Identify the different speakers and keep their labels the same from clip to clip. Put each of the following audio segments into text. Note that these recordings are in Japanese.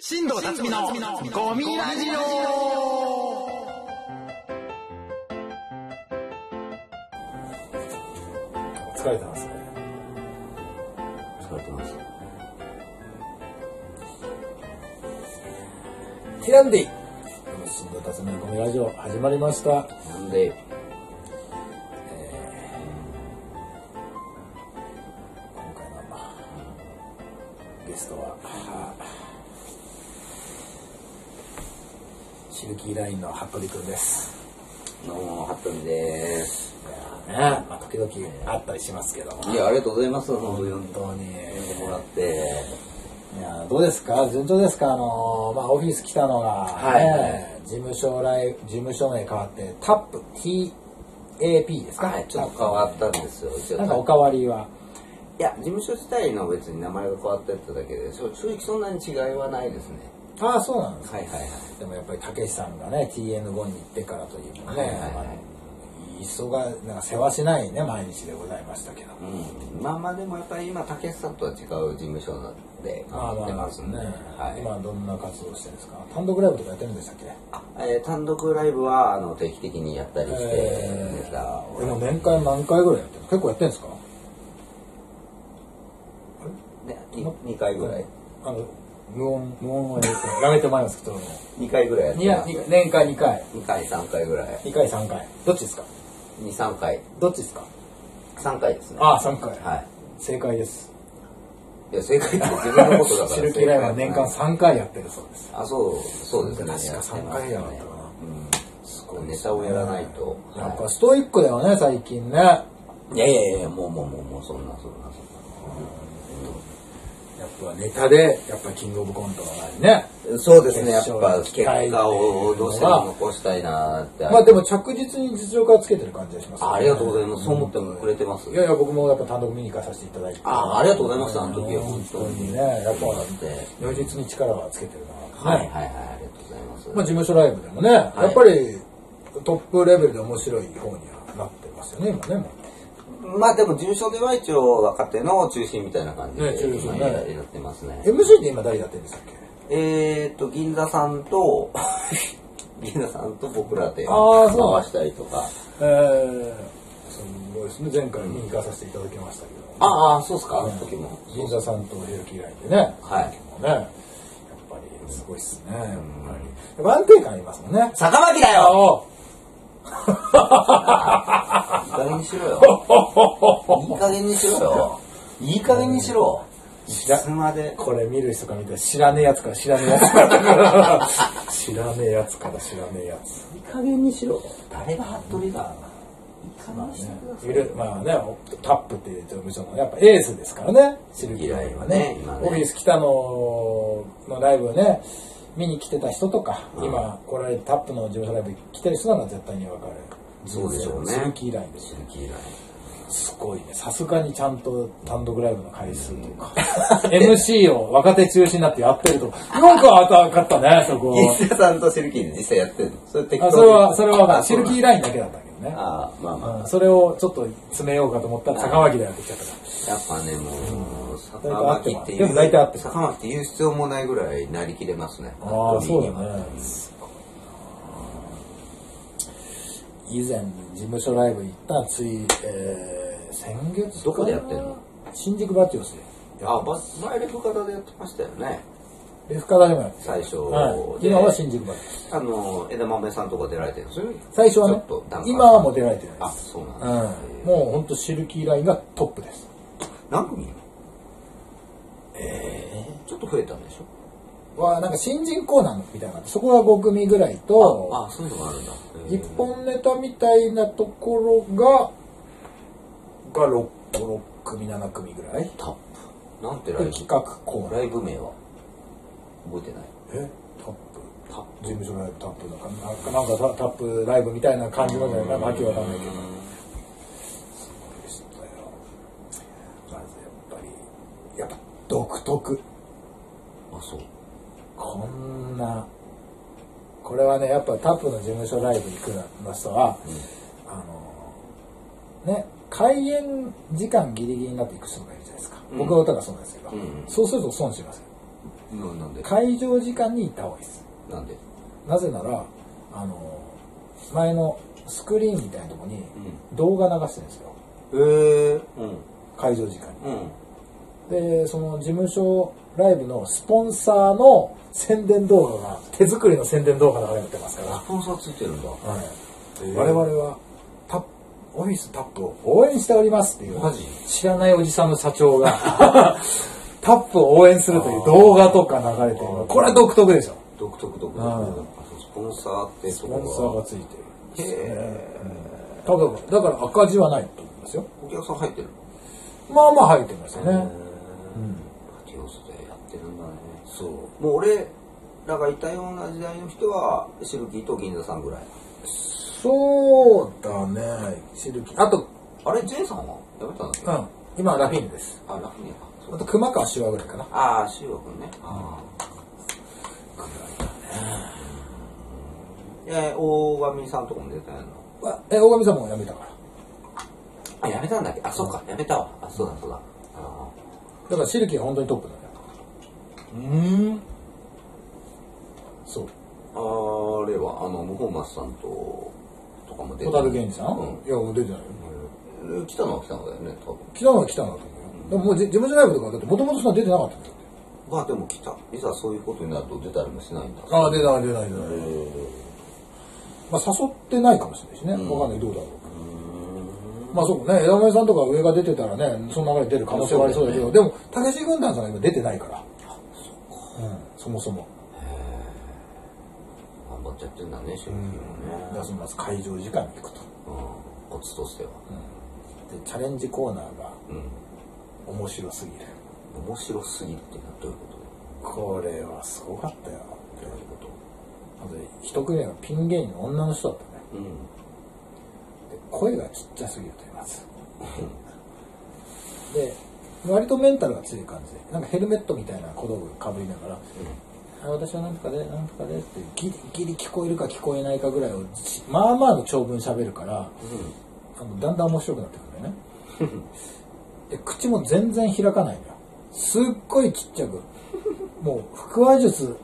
Speaker 1: 新藤辰巳のゴミラジオ
Speaker 2: 疲れてますね
Speaker 3: 疲れてます。
Speaker 2: ティランディ新田辰巳のコミラジオ始まりました
Speaker 3: なんで、
Speaker 2: 今回のゲストはあーシルキーラインの服部君です
Speaker 3: どうも、ハットリです。
Speaker 2: いやーねまあ時々あったりしますけども
Speaker 3: いや、ありがとうございます。本当に
Speaker 2: 本当に
Speaker 3: 呼んでもらって。
Speaker 2: いやーどうですか順調ですかあのーまあオフィス来たのが、
Speaker 3: はい
Speaker 2: ね事務所来事務所名変わってタップ TAP ですか、
Speaker 3: はい、ちょっと変わったんですよ。うちは
Speaker 2: なんかおかわりはい
Speaker 3: や、事務所自体の別に名前が変わったやつだけで、そう正直そんなに違いはないですね。
Speaker 2: ああそうなんですか
Speaker 3: はいはいはい。
Speaker 2: でもやっぱりたけしさんがね TN5 に行ってからというもね、
Speaker 3: はいはいはい
Speaker 2: まあ急がなんか世話しないね毎日でございましたけど、
Speaker 3: うん。まあまあでもやっぱり今、竹内さんとは違う事務所なんで、変わってますね。はい。
Speaker 2: 今どんな活動してるんですか単独ライブとかやってるんでしたっけ
Speaker 3: あえー単独ライブはあの定期的にやったりして
Speaker 2: えー
Speaker 3: ですが、
Speaker 2: 俺も年間何回ぐらいやってるの結構やってるんですか
Speaker 3: ね、2回ぐらい。
Speaker 2: あの無音無音をやめてやめてもらいますけど
Speaker 3: 2回ぐらいやって
Speaker 2: いや
Speaker 3: ます。
Speaker 2: 年間2回
Speaker 3: 2回、3回ぐらい。
Speaker 2: 2回3回どっちですか
Speaker 3: 2、3回。
Speaker 2: どっちですか
Speaker 3: 3回ですね。
Speaker 2: ああ3回、
Speaker 3: は
Speaker 2: 正解です
Speaker 3: い。いや、正解って自分のこと だから。
Speaker 2: シルキーライブは年間
Speaker 3: 正
Speaker 2: 3回やってるそうです
Speaker 3: 解あ、そう、そうですね。
Speaker 2: 確か3回や
Speaker 3: っ
Speaker 2: った
Speaker 3: て
Speaker 2: か
Speaker 3: ま
Speaker 2: な
Speaker 3: すねうん。ネタをやらないと。
Speaker 2: やっぱ
Speaker 3: は
Speaker 2: ストイックだよね最近ねやっ
Speaker 3: いいやいやいや、もうもうもう、もう、そんな、そんな、そん
Speaker 2: ぱネタでやっぱキングオブコントがないね
Speaker 3: な。そうですね、やっ
Speaker 2: 決
Speaker 3: ぱ
Speaker 2: 勝
Speaker 3: 結果をどうしても残したいなって。
Speaker 2: まあでも着実に実力はつけてる感じがします、
Speaker 3: あ、ありがとうございます。そう思ってもくれてます。
Speaker 2: いやいや僕もやっぱ単独見に行かさせていただいて
Speaker 3: あありがとうございました、あの時は
Speaker 2: 本
Speaker 3: 本
Speaker 2: 当
Speaker 3: 当
Speaker 2: に
Speaker 3: に。
Speaker 2: ねやっぱ
Speaker 3: って。
Speaker 2: 如実に力はつけてるな
Speaker 3: はいはいはい、ありがとうございます。
Speaker 2: まあ、事務所ライブでもね、やっぱりトップレベルで面白い方にはなってますよね今ねも
Speaker 3: まあでも事務所では一応若手の中心みたいな感じ
Speaker 2: ね
Speaker 3: で
Speaker 2: 中心
Speaker 3: 今
Speaker 2: ね
Speaker 3: やってますね。
Speaker 2: う MC って今誰やってるんでしたっけ
Speaker 3: えーっと、銀座さんと、 銀座さんと僕らで
Speaker 2: あーそう
Speaker 3: 回したりとか。
Speaker 2: えー、すごいですね前回見に行かさせていただきましたけど、
Speaker 3: ああ、そうっすか、あの時も。
Speaker 2: 銀座さんと平気以外でね、
Speaker 3: はい
Speaker 2: もうね、やっぱりすごいっすね、やっぱり。安定感ありますもんね。
Speaker 3: 坂巻だよ
Speaker 2: お
Speaker 3: いい加減にしろ よ。いい加減にしろよ。いい加減にしろ。い
Speaker 2: 知ら
Speaker 3: つまで。
Speaker 2: これ見る人が見たら知らねえやつから知らねえやつ から。知らねえやつから知らねえやつ。
Speaker 3: いい加減にしろ。誰が服部だ。いい加減にしてください。
Speaker 2: いるまあね、タップっていう事務所のやっぱエースですからね、シルキーラインはね。
Speaker 3: 今ね
Speaker 2: オフィス北野のライブをね、見に来てた人とか、
Speaker 3: うん
Speaker 2: 今来られてタップの事務所ライブ来てる人なら絶対にわかる。
Speaker 3: そうでしょうね
Speaker 2: シルキーラインですよ。
Speaker 3: 鈴木以来
Speaker 2: すごいね。さすがにちゃんと単独ライブの回数とか、MC を若手中心になってやってると、なんか分かったね、そ こ。
Speaker 3: 銀座さんとシルキーで実際やってるのそれ適当
Speaker 2: あ
Speaker 3: に
Speaker 2: それは、それは分か
Speaker 3: あ
Speaker 2: る。シルキーラインだけだったけどね。
Speaker 3: ああまあまあ、
Speaker 2: うんそれをちょっと詰めようかと思ったら、坂巻だよってきちゃったか
Speaker 3: やっぱねもう坂
Speaker 2: 大体
Speaker 3: 巻
Speaker 2: 合
Speaker 3: っ
Speaker 2: っててます
Speaker 3: い
Speaker 2: で
Speaker 3: う
Speaker 2: も大体合ってます
Speaker 3: 坂巻って言う必要もないぐらいなりきれますね
Speaker 2: ら。ああ、そうだ
Speaker 3: ね
Speaker 2: ね。以前、事務所ライブ行った、つい、えー、先月か
Speaker 3: どこでやってんの
Speaker 2: 新宿バチオスで。
Speaker 3: あバスバイレフ型でやってましたよね
Speaker 2: レフカダでもやってた。
Speaker 3: 最初で、
Speaker 2: はい、今は新宿バチオス。
Speaker 3: あの枝豆さんとか出られてるんですよね
Speaker 2: 最初は
Speaker 3: ちょ
Speaker 2: ね
Speaker 3: っと段、階
Speaker 2: 今はもう出られてないで
Speaker 3: あ
Speaker 2: す。
Speaker 3: そうなん
Speaker 2: う
Speaker 3: だ
Speaker 2: ん、もうほんとシルキーラインがトップです。
Speaker 3: 何組ええちょっと増えたんでしょ
Speaker 2: はなんか新人コーナーみたいなのがあってそこが5組ぐらいと、
Speaker 3: あそういうのがあるんだ
Speaker 2: 一本ネタみたいなところが、が 6, 6組、7組ぐらい。
Speaker 3: タップなんて
Speaker 2: で
Speaker 3: ライブ
Speaker 2: 企画コーナー。
Speaker 3: ライブ名は覚えてない
Speaker 2: えタップ
Speaker 3: タッ
Speaker 2: 事務所ライブタップなんか、なんかなんかタタップライブみたいな感じのじゃないかな、わけわかんないけど。すごいでしたよ。まずやっぱり、やっぱ独特。
Speaker 3: プあそう
Speaker 2: こんなこれはねやっぱタップの事務所ライブ行くの人は、あのね開演時間ギリギリになっていく人がいるじゃないですか、
Speaker 3: うん
Speaker 2: 僕は歌がそうなんですけど、
Speaker 3: うん
Speaker 2: そうすると損しますよ
Speaker 3: ななんで
Speaker 2: 会場時間に行った方がいいです
Speaker 3: なんで
Speaker 2: なぜならあの前のスクリーンみたいなとこに
Speaker 3: う
Speaker 2: 動画流してるんですよ
Speaker 3: えー、うん
Speaker 2: 会場時間に
Speaker 3: うん
Speaker 2: でその事務所ライブのスポンサーの宣伝動画が手作りの宣伝動画流れてますか
Speaker 3: スポンサーついてるんだ、
Speaker 2: ら、はい
Speaker 3: えー
Speaker 2: 我々はタップオフィスタップを応援しておりますっていう
Speaker 3: マジ
Speaker 2: 知らないおじさんの社長 がタップを応援するという動画とか流れてるのこれは独特でしょ
Speaker 3: 独特独特
Speaker 2: うん
Speaker 3: あそうスポンサーって
Speaker 2: ス
Speaker 3: と
Speaker 2: ポンサ
Speaker 3: こ
Speaker 2: ー
Speaker 3: が
Speaker 2: がついてる
Speaker 3: へ
Speaker 2: ただだから赤字はないと思いますよ
Speaker 3: ーお客さん入ってる
Speaker 2: まあまあ入ってますよね、
Speaker 3: へーティオスでやってるんだねそうもう俺らがいたような時代の人はシルキーと銀座さんぐらい
Speaker 2: そうだねシルキあと、
Speaker 3: あれ J さんはやめたんだっ
Speaker 2: う
Speaker 3: け
Speaker 2: ん、今はラフィーヌです
Speaker 3: あラフニアかそ
Speaker 2: あ
Speaker 3: う
Speaker 2: と
Speaker 3: だ
Speaker 2: 熊川修和ぐらいかな
Speaker 3: ああ修吾君ねああぐらいだねえ大神さんとこも出たやんの
Speaker 2: わえ大神さんも辞めたから
Speaker 3: あやめたんだっけあそうかやめたわあそうだそうだあ
Speaker 2: だからシルキーは本当にトップだね
Speaker 3: ーうん
Speaker 2: そう
Speaker 3: あれはあの無法松さんととかも出
Speaker 2: 小
Speaker 3: た
Speaker 2: 樽芸人さん、
Speaker 3: うん
Speaker 2: いや俺出てないよ
Speaker 3: うん来たのは来たのだよね多分
Speaker 2: 来たのは来たんだと思うよ、でももうじ事務所ライブとかだってもともとそんな出てなかったんだよ
Speaker 3: まあでも来たいざそういうことになると出たりもしないんだ
Speaker 2: ああ出ない出ない出
Speaker 3: へ
Speaker 2: ない、
Speaker 3: ー
Speaker 2: まあ、誘ってないかもしれないしね、わ
Speaker 3: ん
Speaker 2: かんないどうだろうまあそうね枝豆さんとか上が出てたらねその流れ出る可能性はありそうだけど
Speaker 3: そう
Speaker 2: でもたけし軍団さんが今出てないからうん、そもそも
Speaker 3: 頑張っちゃってんだね春季も
Speaker 2: だ
Speaker 3: ね
Speaker 2: からそのまず会場時間に行くと
Speaker 3: うんコツとしては
Speaker 2: でチャレンジコーナーが
Speaker 3: うん
Speaker 2: 面白すぎる
Speaker 3: 面白すぎるっていうのはどういうこと
Speaker 2: これはすごかったよ
Speaker 3: どういうこ
Speaker 2: あと一組目がピン芸人の女の人だったね
Speaker 3: とうん
Speaker 2: で声がちっちゃすぎると言いますで割とメンタルが強い感じでなんかヘルメットみたいな小道具かぶりながら「あ私はなんとかでなんとかで」ってギリギリ聞こえるか聞こえないかぐらいをじまあまあの長文喋るからあのだんだん面白くなってくるんだ よねで口も全然開かないのよすっごいちっちゃくもう腹話術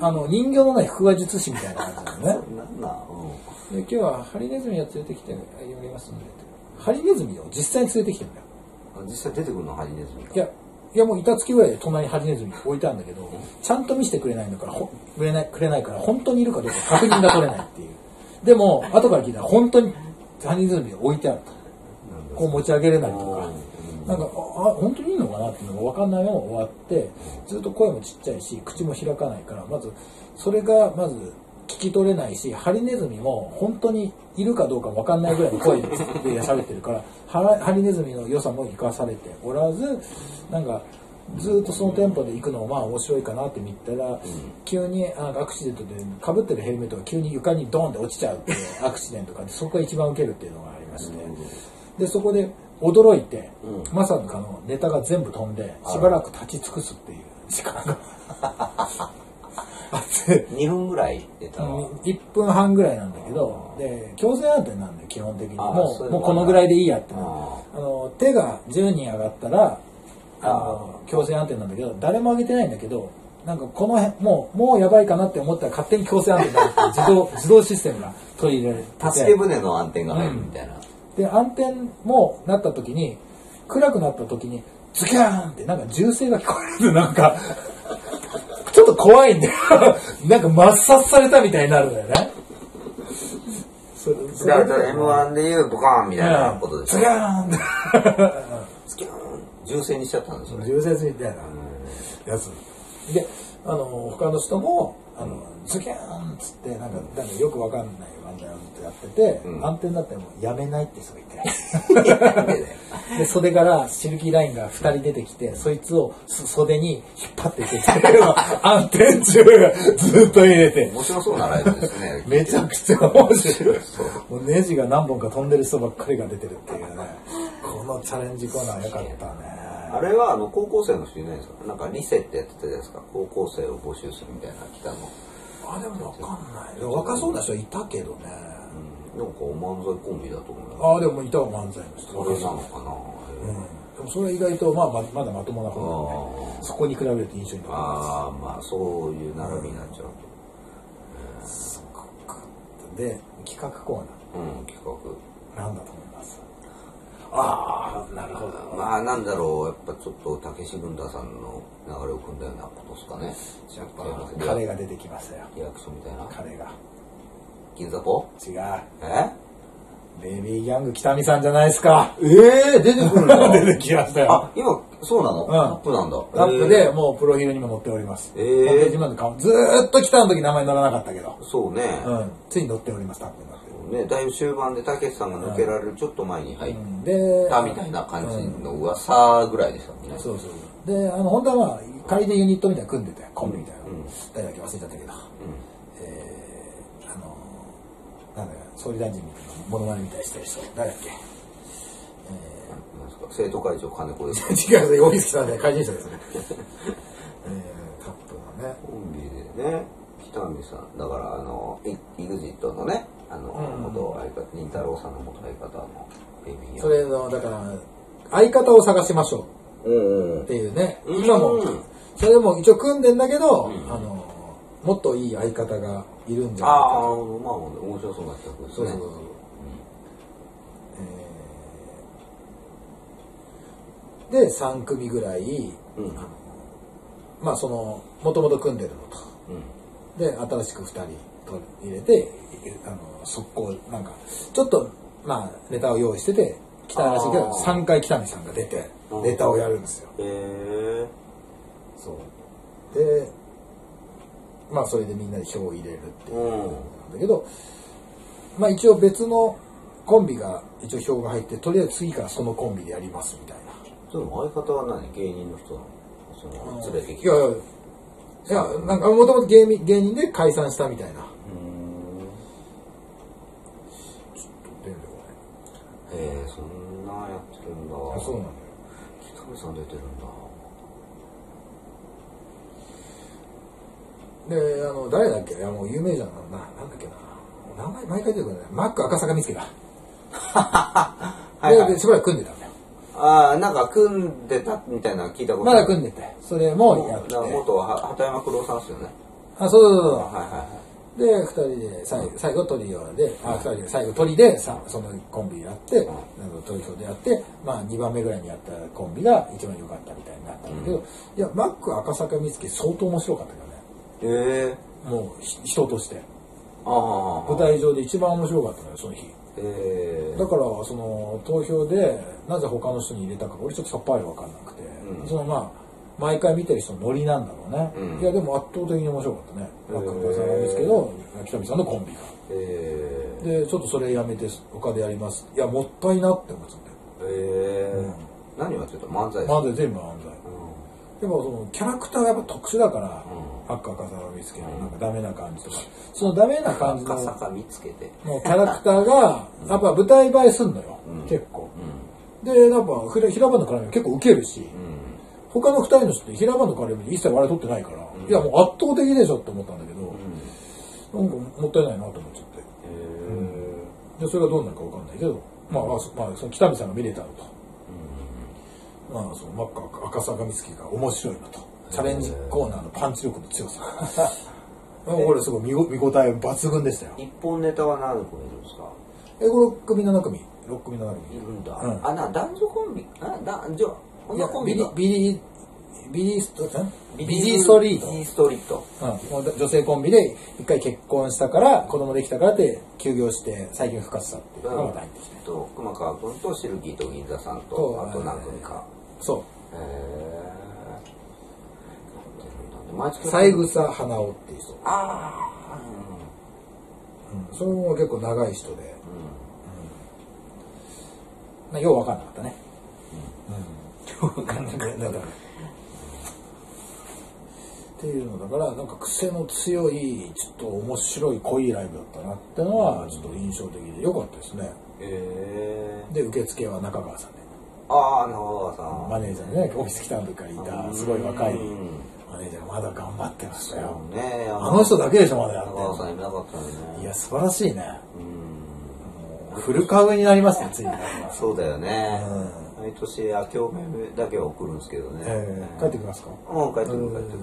Speaker 2: あの人形のない腹話術師みたいな感じ なのね
Speaker 3: うんなんだうん
Speaker 2: で今日はハリネズミを連れてきておりますのでハリネズミを実際に連れてきてるんだよ
Speaker 3: あ実際出てくるのハリネズミか
Speaker 2: いやいやもう板付きぐらいで隣にハリネズミ置いてあるんだけどちゃんと見せてくれないんだからほくれないくれないから本当にいるかどうか確認が取れないっていう でも後から聞いたら本当にハリネズミが置いてあると
Speaker 3: なんだ
Speaker 2: こう持ち上げれないと
Speaker 3: う
Speaker 2: か
Speaker 3: ん
Speaker 2: なんかああ本当にいいのかなっていうのが分かんないまま終わってずっと声もちっちゃいし口も開かないからまずそれがまず聞き取れないしハリネズミも本当にいるかどうか分かんないぐらいの声で喋ってるからハラハリネズミの良さも生かされておらずなんかずっとそのテンポで行くのもまあ面白いかなって見たら急にあアクシデントでかぶってるヘルメットが急に床にドーンって落ちちゃうっていうアクシデントがあってそこが一番受けるっていうのがありまして。でそこで驚いて、
Speaker 3: うん
Speaker 2: まさかのネタが全部飛んでしばらく立ち尽くすっていう時間 があって
Speaker 3: 2分ぐらい出たわ
Speaker 2: 1分半ぐらいなんだけどで強制安定なんで基本的に
Speaker 3: あー
Speaker 2: も
Speaker 3: そう
Speaker 2: う
Speaker 3: いう
Speaker 2: も
Speaker 3: の
Speaker 2: う
Speaker 3: が
Speaker 2: このぐらいでいいやってな
Speaker 3: あ
Speaker 2: あの手が10人上がったらあの強制安定なんだけど誰も上げてないんだけどなんかこの辺もうもうやばいかなって思ったら勝手に強制安定になるっていう自動自動システムが取り入れられて
Speaker 3: 助け舟の暗転が入るみたいな
Speaker 2: で暗転もなった時に暗くなった時にズキャーンってなんか銃声が聞こえるなんか ちょっと怖いんだよ なんか抹殺されたみたいになるんだよねそれそ
Speaker 3: だ
Speaker 2: れ
Speaker 3: から M1 で言うとカーンみたいなことでし
Speaker 2: ズ
Speaker 3: ょ
Speaker 2: キャーンって
Speaker 3: スキャーン銃声にしちゃったんですよね
Speaker 2: 重説みたいなやつであの他の人もあのズキャーンっつってなんかなんかよくわかんない漫才をずっとやってて、
Speaker 3: うん
Speaker 2: 暗転になってもうやめないって人がいて。
Speaker 3: なんでだよ
Speaker 2: で袖からシルキーラインが2人出てきてそいつをす袖に引っ張っていくっていうのを暗転中ずっと入れて
Speaker 3: 面白そうなライブですね
Speaker 2: めちゃくちゃ面白い
Speaker 3: そう
Speaker 2: もうネジが何本か飛んでる人ばっかりが出てるっていうねこのチャレンジコーナー良かったね
Speaker 3: あれはあの高校生の人いないんですかなんかリセってやってたじゃないですか高校生を募集するみたいな来たの、
Speaker 2: あでも分かんないでも若そうな人いたけどね
Speaker 3: うん、なんかお漫才コンビだと思うよ
Speaker 2: ああでもいたわ漫才の人
Speaker 3: それなのかな、
Speaker 2: うん、でもそれは意外と、まあ、ままだまともな方なの
Speaker 3: あ
Speaker 2: でそこに比べると印象に残りま
Speaker 3: あああまあそういう並びになっちゃう
Speaker 2: すで企画コーナー
Speaker 3: とうん企画
Speaker 2: なんだと思いますああなるほど
Speaker 3: まあなんだろうやっぱちょっと武志文太さんの流れを組んだようなことですかね
Speaker 2: やっぱ彼が出てきましたよ
Speaker 3: リアクションみたいな
Speaker 2: 彼が
Speaker 3: 銀座ポ
Speaker 2: 違う
Speaker 3: え
Speaker 2: ベイビーギャング北見さんじゃないですか
Speaker 3: ええ出てくる
Speaker 2: 出てきましたよ
Speaker 3: あ今そうな
Speaker 2: ん
Speaker 3: の、タップなんだ
Speaker 2: ラップでもうプロフィールにも載っております
Speaker 3: え
Speaker 2: ホームページまで顔ずーっと北の時名前載らなかったけど
Speaker 3: えーそうね、
Speaker 2: うんついに載っておりますタップになって
Speaker 3: ねだいぶ終盤でたけしさんが抜けられるちょっと前に入っ
Speaker 2: うんで
Speaker 3: たみたいな感じの噂ぐらいでしたもんね、
Speaker 2: そうそうであの本当はまあ仮でユニットみたいなの組んでてコンビみたいな、誰だっけ忘れちゃったけど、えーあのなんだよ総理大臣みたいなモノマネみたいにしてる人誰だっけ
Speaker 3: なんですか生徒会長金子です
Speaker 2: 違う、大月さんで怪人者ですね。えー、カップのね。
Speaker 3: コンビでね北見さんだからあのイ EXIT のねあの、元相方仁太郎さんの元相方のベビー
Speaker 2: それの、だから、相方を探しましょ
Speaker 3: うんう
Speaker 2: うんっていうね。
Speaker 3: うん
Speaker 2: 今も
Speaker 3: うん、
Speaker 2: それも一応組んでんだけど、あの、もっといい相方がいるんじゃ
Speaker 3: あ
Speaker 2: ない
Speaker 3: あ
Speaker 2: か
Speaker 3: まあ面白そうな企画
Speaker 2: と。
Speaker 3: です
Speaker 2: そう
Speaker 3: ね
Speaker 2: そうそう。えーで、3組ぐらい、
Speaker 3: うん
Speaker 2: まあその、もともと組んでるのと。
Speaker 3: うん
Speaker 2: で新しく2人取り入れてあの速攻なんかちょっとまあネタを用意してて来たらしいけど
Speaker 3: あー
Speaker 2: 3回北見さんが出て
Speaker 3: うん
Speaker 2: ネタをやるんですよ
Speaker 3: へえ
Speaker 2: そうでまあそれでみんなで票を入れるっていう
Speaker 3: うん
Speaker 2: なんだけどまあ一応別のコンビが一応票が入ってとりあえず次からそのコンビでやりますみたいな
Speaker 3: その相方は何芸人の人なのその連れてき
Speaker 2: いやいやいやなんかもともと芸人芸人で解散したみたいな
Speaker 3: うんへえそんなやってるんだ
Speaker 2: あそうなんだよ
Speaker 3: 北見さん出てるんだ
Speaker 2: で、あの、誰だっけいや、もう有名じゃん。な、なんだっけな。名前毎回出てくるね。マック赤坂見つけだ。
Speaker 3: はいはい
Speaker 2: でで、しばらく組んでたんだよ。
Speaker 3: ああなんか組んでたみたいなの聞いたこと
Speaker 2: まだ組んでて。それもや
Speaker 3: だ
Speaker 2: っ
Speaker 3: から
Speaker 2: て。
Speaker 3: 元は畑山九郎さんですよね
Speaker 2: あ、そうそうそう
Speaker 3: はいはいはい
Speaker 2: そう。で、二人で、最後、最後トリオで、あ、二人で、最後トリで、さそのコンビやって、あの投票でやって、まあ、二番目ぐらいにやったコンビが一番良かったみたいになったんだけど、いや、マック赤坂見つけ相当面白かったけどね。
Speaker 3: ええ
Speaker 2: もう、ひ人として。
Speaker 3: ああ
Speaker 2: 舞台上で一番面白かったのよ、その日。
Speaker 3: ええ
Speaker 2: だからその投票でなぜ他の人に入れたか俺ちょっとさっぱり分かんなくて、
Speaker 3: うん
Speaker 2: そのまあ毎回見てる人のノリなんだろうね、
Speaker 3: うん
Speaker 2: いやでも圧倒的に面白かったね
Speaker 3: へー
Speaker 2: マックのさんなんですけど北見さんのコンビが
Speaker 3: ええ
Speaker 2: でちょっとそれやめて他でやりますいやもったいなって思っちゃって
Speaker 3: ええ何をやってた漫才ですか
Speaker 2: まず全部漫才
Speaker 3: う
Speaker 2: でもそのキャラクターがやっぱ特殊だから、
Speaker 3: う
Speaker 2: ハッカー笠原見つけのなんかダメな感じとかそのダメな感
Speaker 3: ん
Speaker 2: じ
Speaker 3: 赤
Speaker 2: の
Speaker 3: 坂見つけて
Speaker 2: もうキャラクターがやっぱ舞台映えすんのよ、
Speaker 3: うん
Speaker 2: 結構
Speaker 3: う
Speaker 2: でやっぱひら平場の絡みは結構ウケるし、
Speaker 3: んうん
Speaker 2: 他の二人の人って平場の絡みで一切笑い取ってないから、
Speaker 3: ん
Speaker 2: いやもう圧倒的でしょって思ったんだけど、
Speaker 3: うん
Speaker 2: なんかもったいないなと思っちゃって
Speaker 3: ええ
Speaker 2: でそれがどうなるかわかんないけど、まあ、あそまあ、その北見さんが見れたのと、まあ、そのマッカ赤坂見月が面白いのとチャレンジコーナーのパンチ力の強 さこれすごい見ご見応え抜群でしたよ
Speaker 3: 一本ネタは何個いるんですか
Speaker 2: えこれ6組7組6組7組
Speaker 3: いるんだ、
Speaker 2: うん
Speaker 3: あな男女コンビあ男女こんなコンビ
Speaker 2: いや
Speaker 3: か
Speaker 2: ビリビリビリストんビ
Speaker 3: ビ
Speaker 2: リストリー
Speaker 3: ビリ
Speaker 2: ト
Speaker 3: ストリート
Speaker 2: うんもう女性コンビで一回結婚したから子供できたからって休業して最近復活したっていうのがまた入ってきて
Speaker 3: えっと熊川君とシルギーと銀座さん
Speaker 2: と
Speaker 3: とあと何組か
Speaker 2: そ
Speaker 3: へえ毎
Speaker 2: う
Speaker 3: 月
Speaker 2: 三枝花男っていう人、
Speaker 3: ああ
Speaker 2: うん、それも結構長い人で
Speaker 3: うん、うん
Speaker 2: まあよう分かんなかったねうん、よう分かんなかったっていうのだからなんか癖の強いちょっと面白い濃いライブだったなってのはちょっと印象的で良かったですね
Speaker 3: ええ
Speaker 2: で受付は中川さんで
Speaker 3: ああなるほどさん
Speaker 2: マネージャーでねオフィス来た時からいたすごい若い
Speaker 3: うん
Speaker 2: マネージャーがまだ頑張ってましたよ
Speaker 3: そうね
Speaker 2: あの人だけでしょまだや
Speaker 3: 中川さ
Speaker 2: っ
Speaker 3: んいなかったよね
Speaker 2: ていや素晴らしいね
Speaker 3: うん
Speaker 2: フルカウになりますねついに
Speaker 3: そうだよね、
Speaker 2: う
Speaker 3: 毎年明けおめだけは送るんですけどね、
Speaker 2: えー帰ってきますか
Speaker 3: うん帰ってく
Speaker 2: うん
Speaker 3: る帰ってくる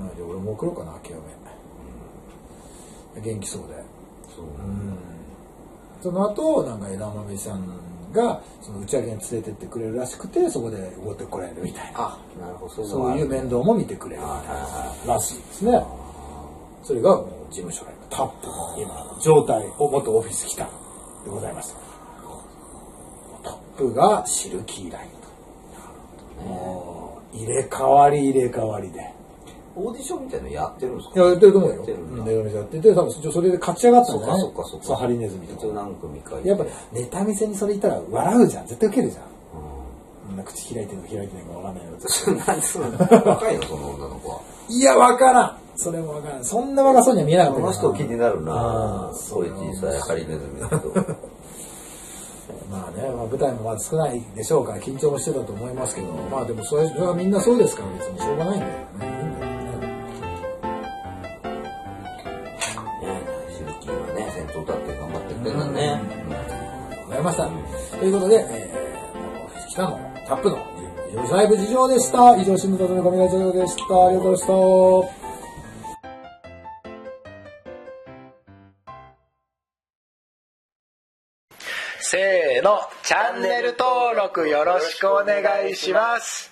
Speaker 2: まあじゃあ俺も送ろうかな諦め元気そうで
Speaker 3: そう
Speaker 2: その後なんか枝豆さんがその打ち上げに連れてってくれるらしくてそこでおごってこられるみたいな
Speaker 3: あなるほどそ
Speaker 2: そういう面倒も見てくれるみたい
Speaker 3: はいは
Speaker 2: ならしいですねそれがもう事務所のタップの今の状態を元オフィス来たでございますタップがシルキーラインともう入れ替わり入れ替わりで
Speaker 3: オーディションみたいなのやってるんですか
Speaker 2: いや、やってると思うよ。
Speaker 3: やってるんだ
Speaker 2: ネガネズやってて、多分それで勝ち上がった
Speaker 3: そ
Speaker 2: んだ
Speaker 3: っか
Speaker 2: ね。
Speaker 3: そっかそっか
Speaker 2: そう、ハリネズミと
Speaker 3: 一応
Speaker 2: か。
Speaker 3: 何組かいて
Speaker 2: やっぱ、ネタ見せにそれ言ったら笑うじゃん。絶対ウケるじゃん。みんな口開いてるの開いてないかわからないよ。
Speaker 3: うん なんでそんな若いのその女の子はい
Speaker 2: や、わからんそれもわからん。そんな若そうには見えなかっ
Speaker 3: こ
Speaker 2: たけど
Speaker 3: の
Speaker 2: な
Speaker 3: 人気になる
Speaker 2: あ
Speaker 3: な
Speaker 2: ー
Speaker 3: そういう小さいハリネズミの 人
Speaker 2: まあね、まあ、舞台もまだ少ないでしょうから、緊張もしてたと思いますけど、まあでもそれ、それはみんなそうですから、別にしょうがないんだよね。いいんだよね。
Speaker 3: ねシルキーはね先頭立って頑張ってくれたね
Speaker 2: ございました。ということで、えー、北のタップのジョライブ事情でした。以上、新聞との神ラジオでした。ありがとうございました。
Speaker 1: せーの、チャンネル登録よろしくお願いします。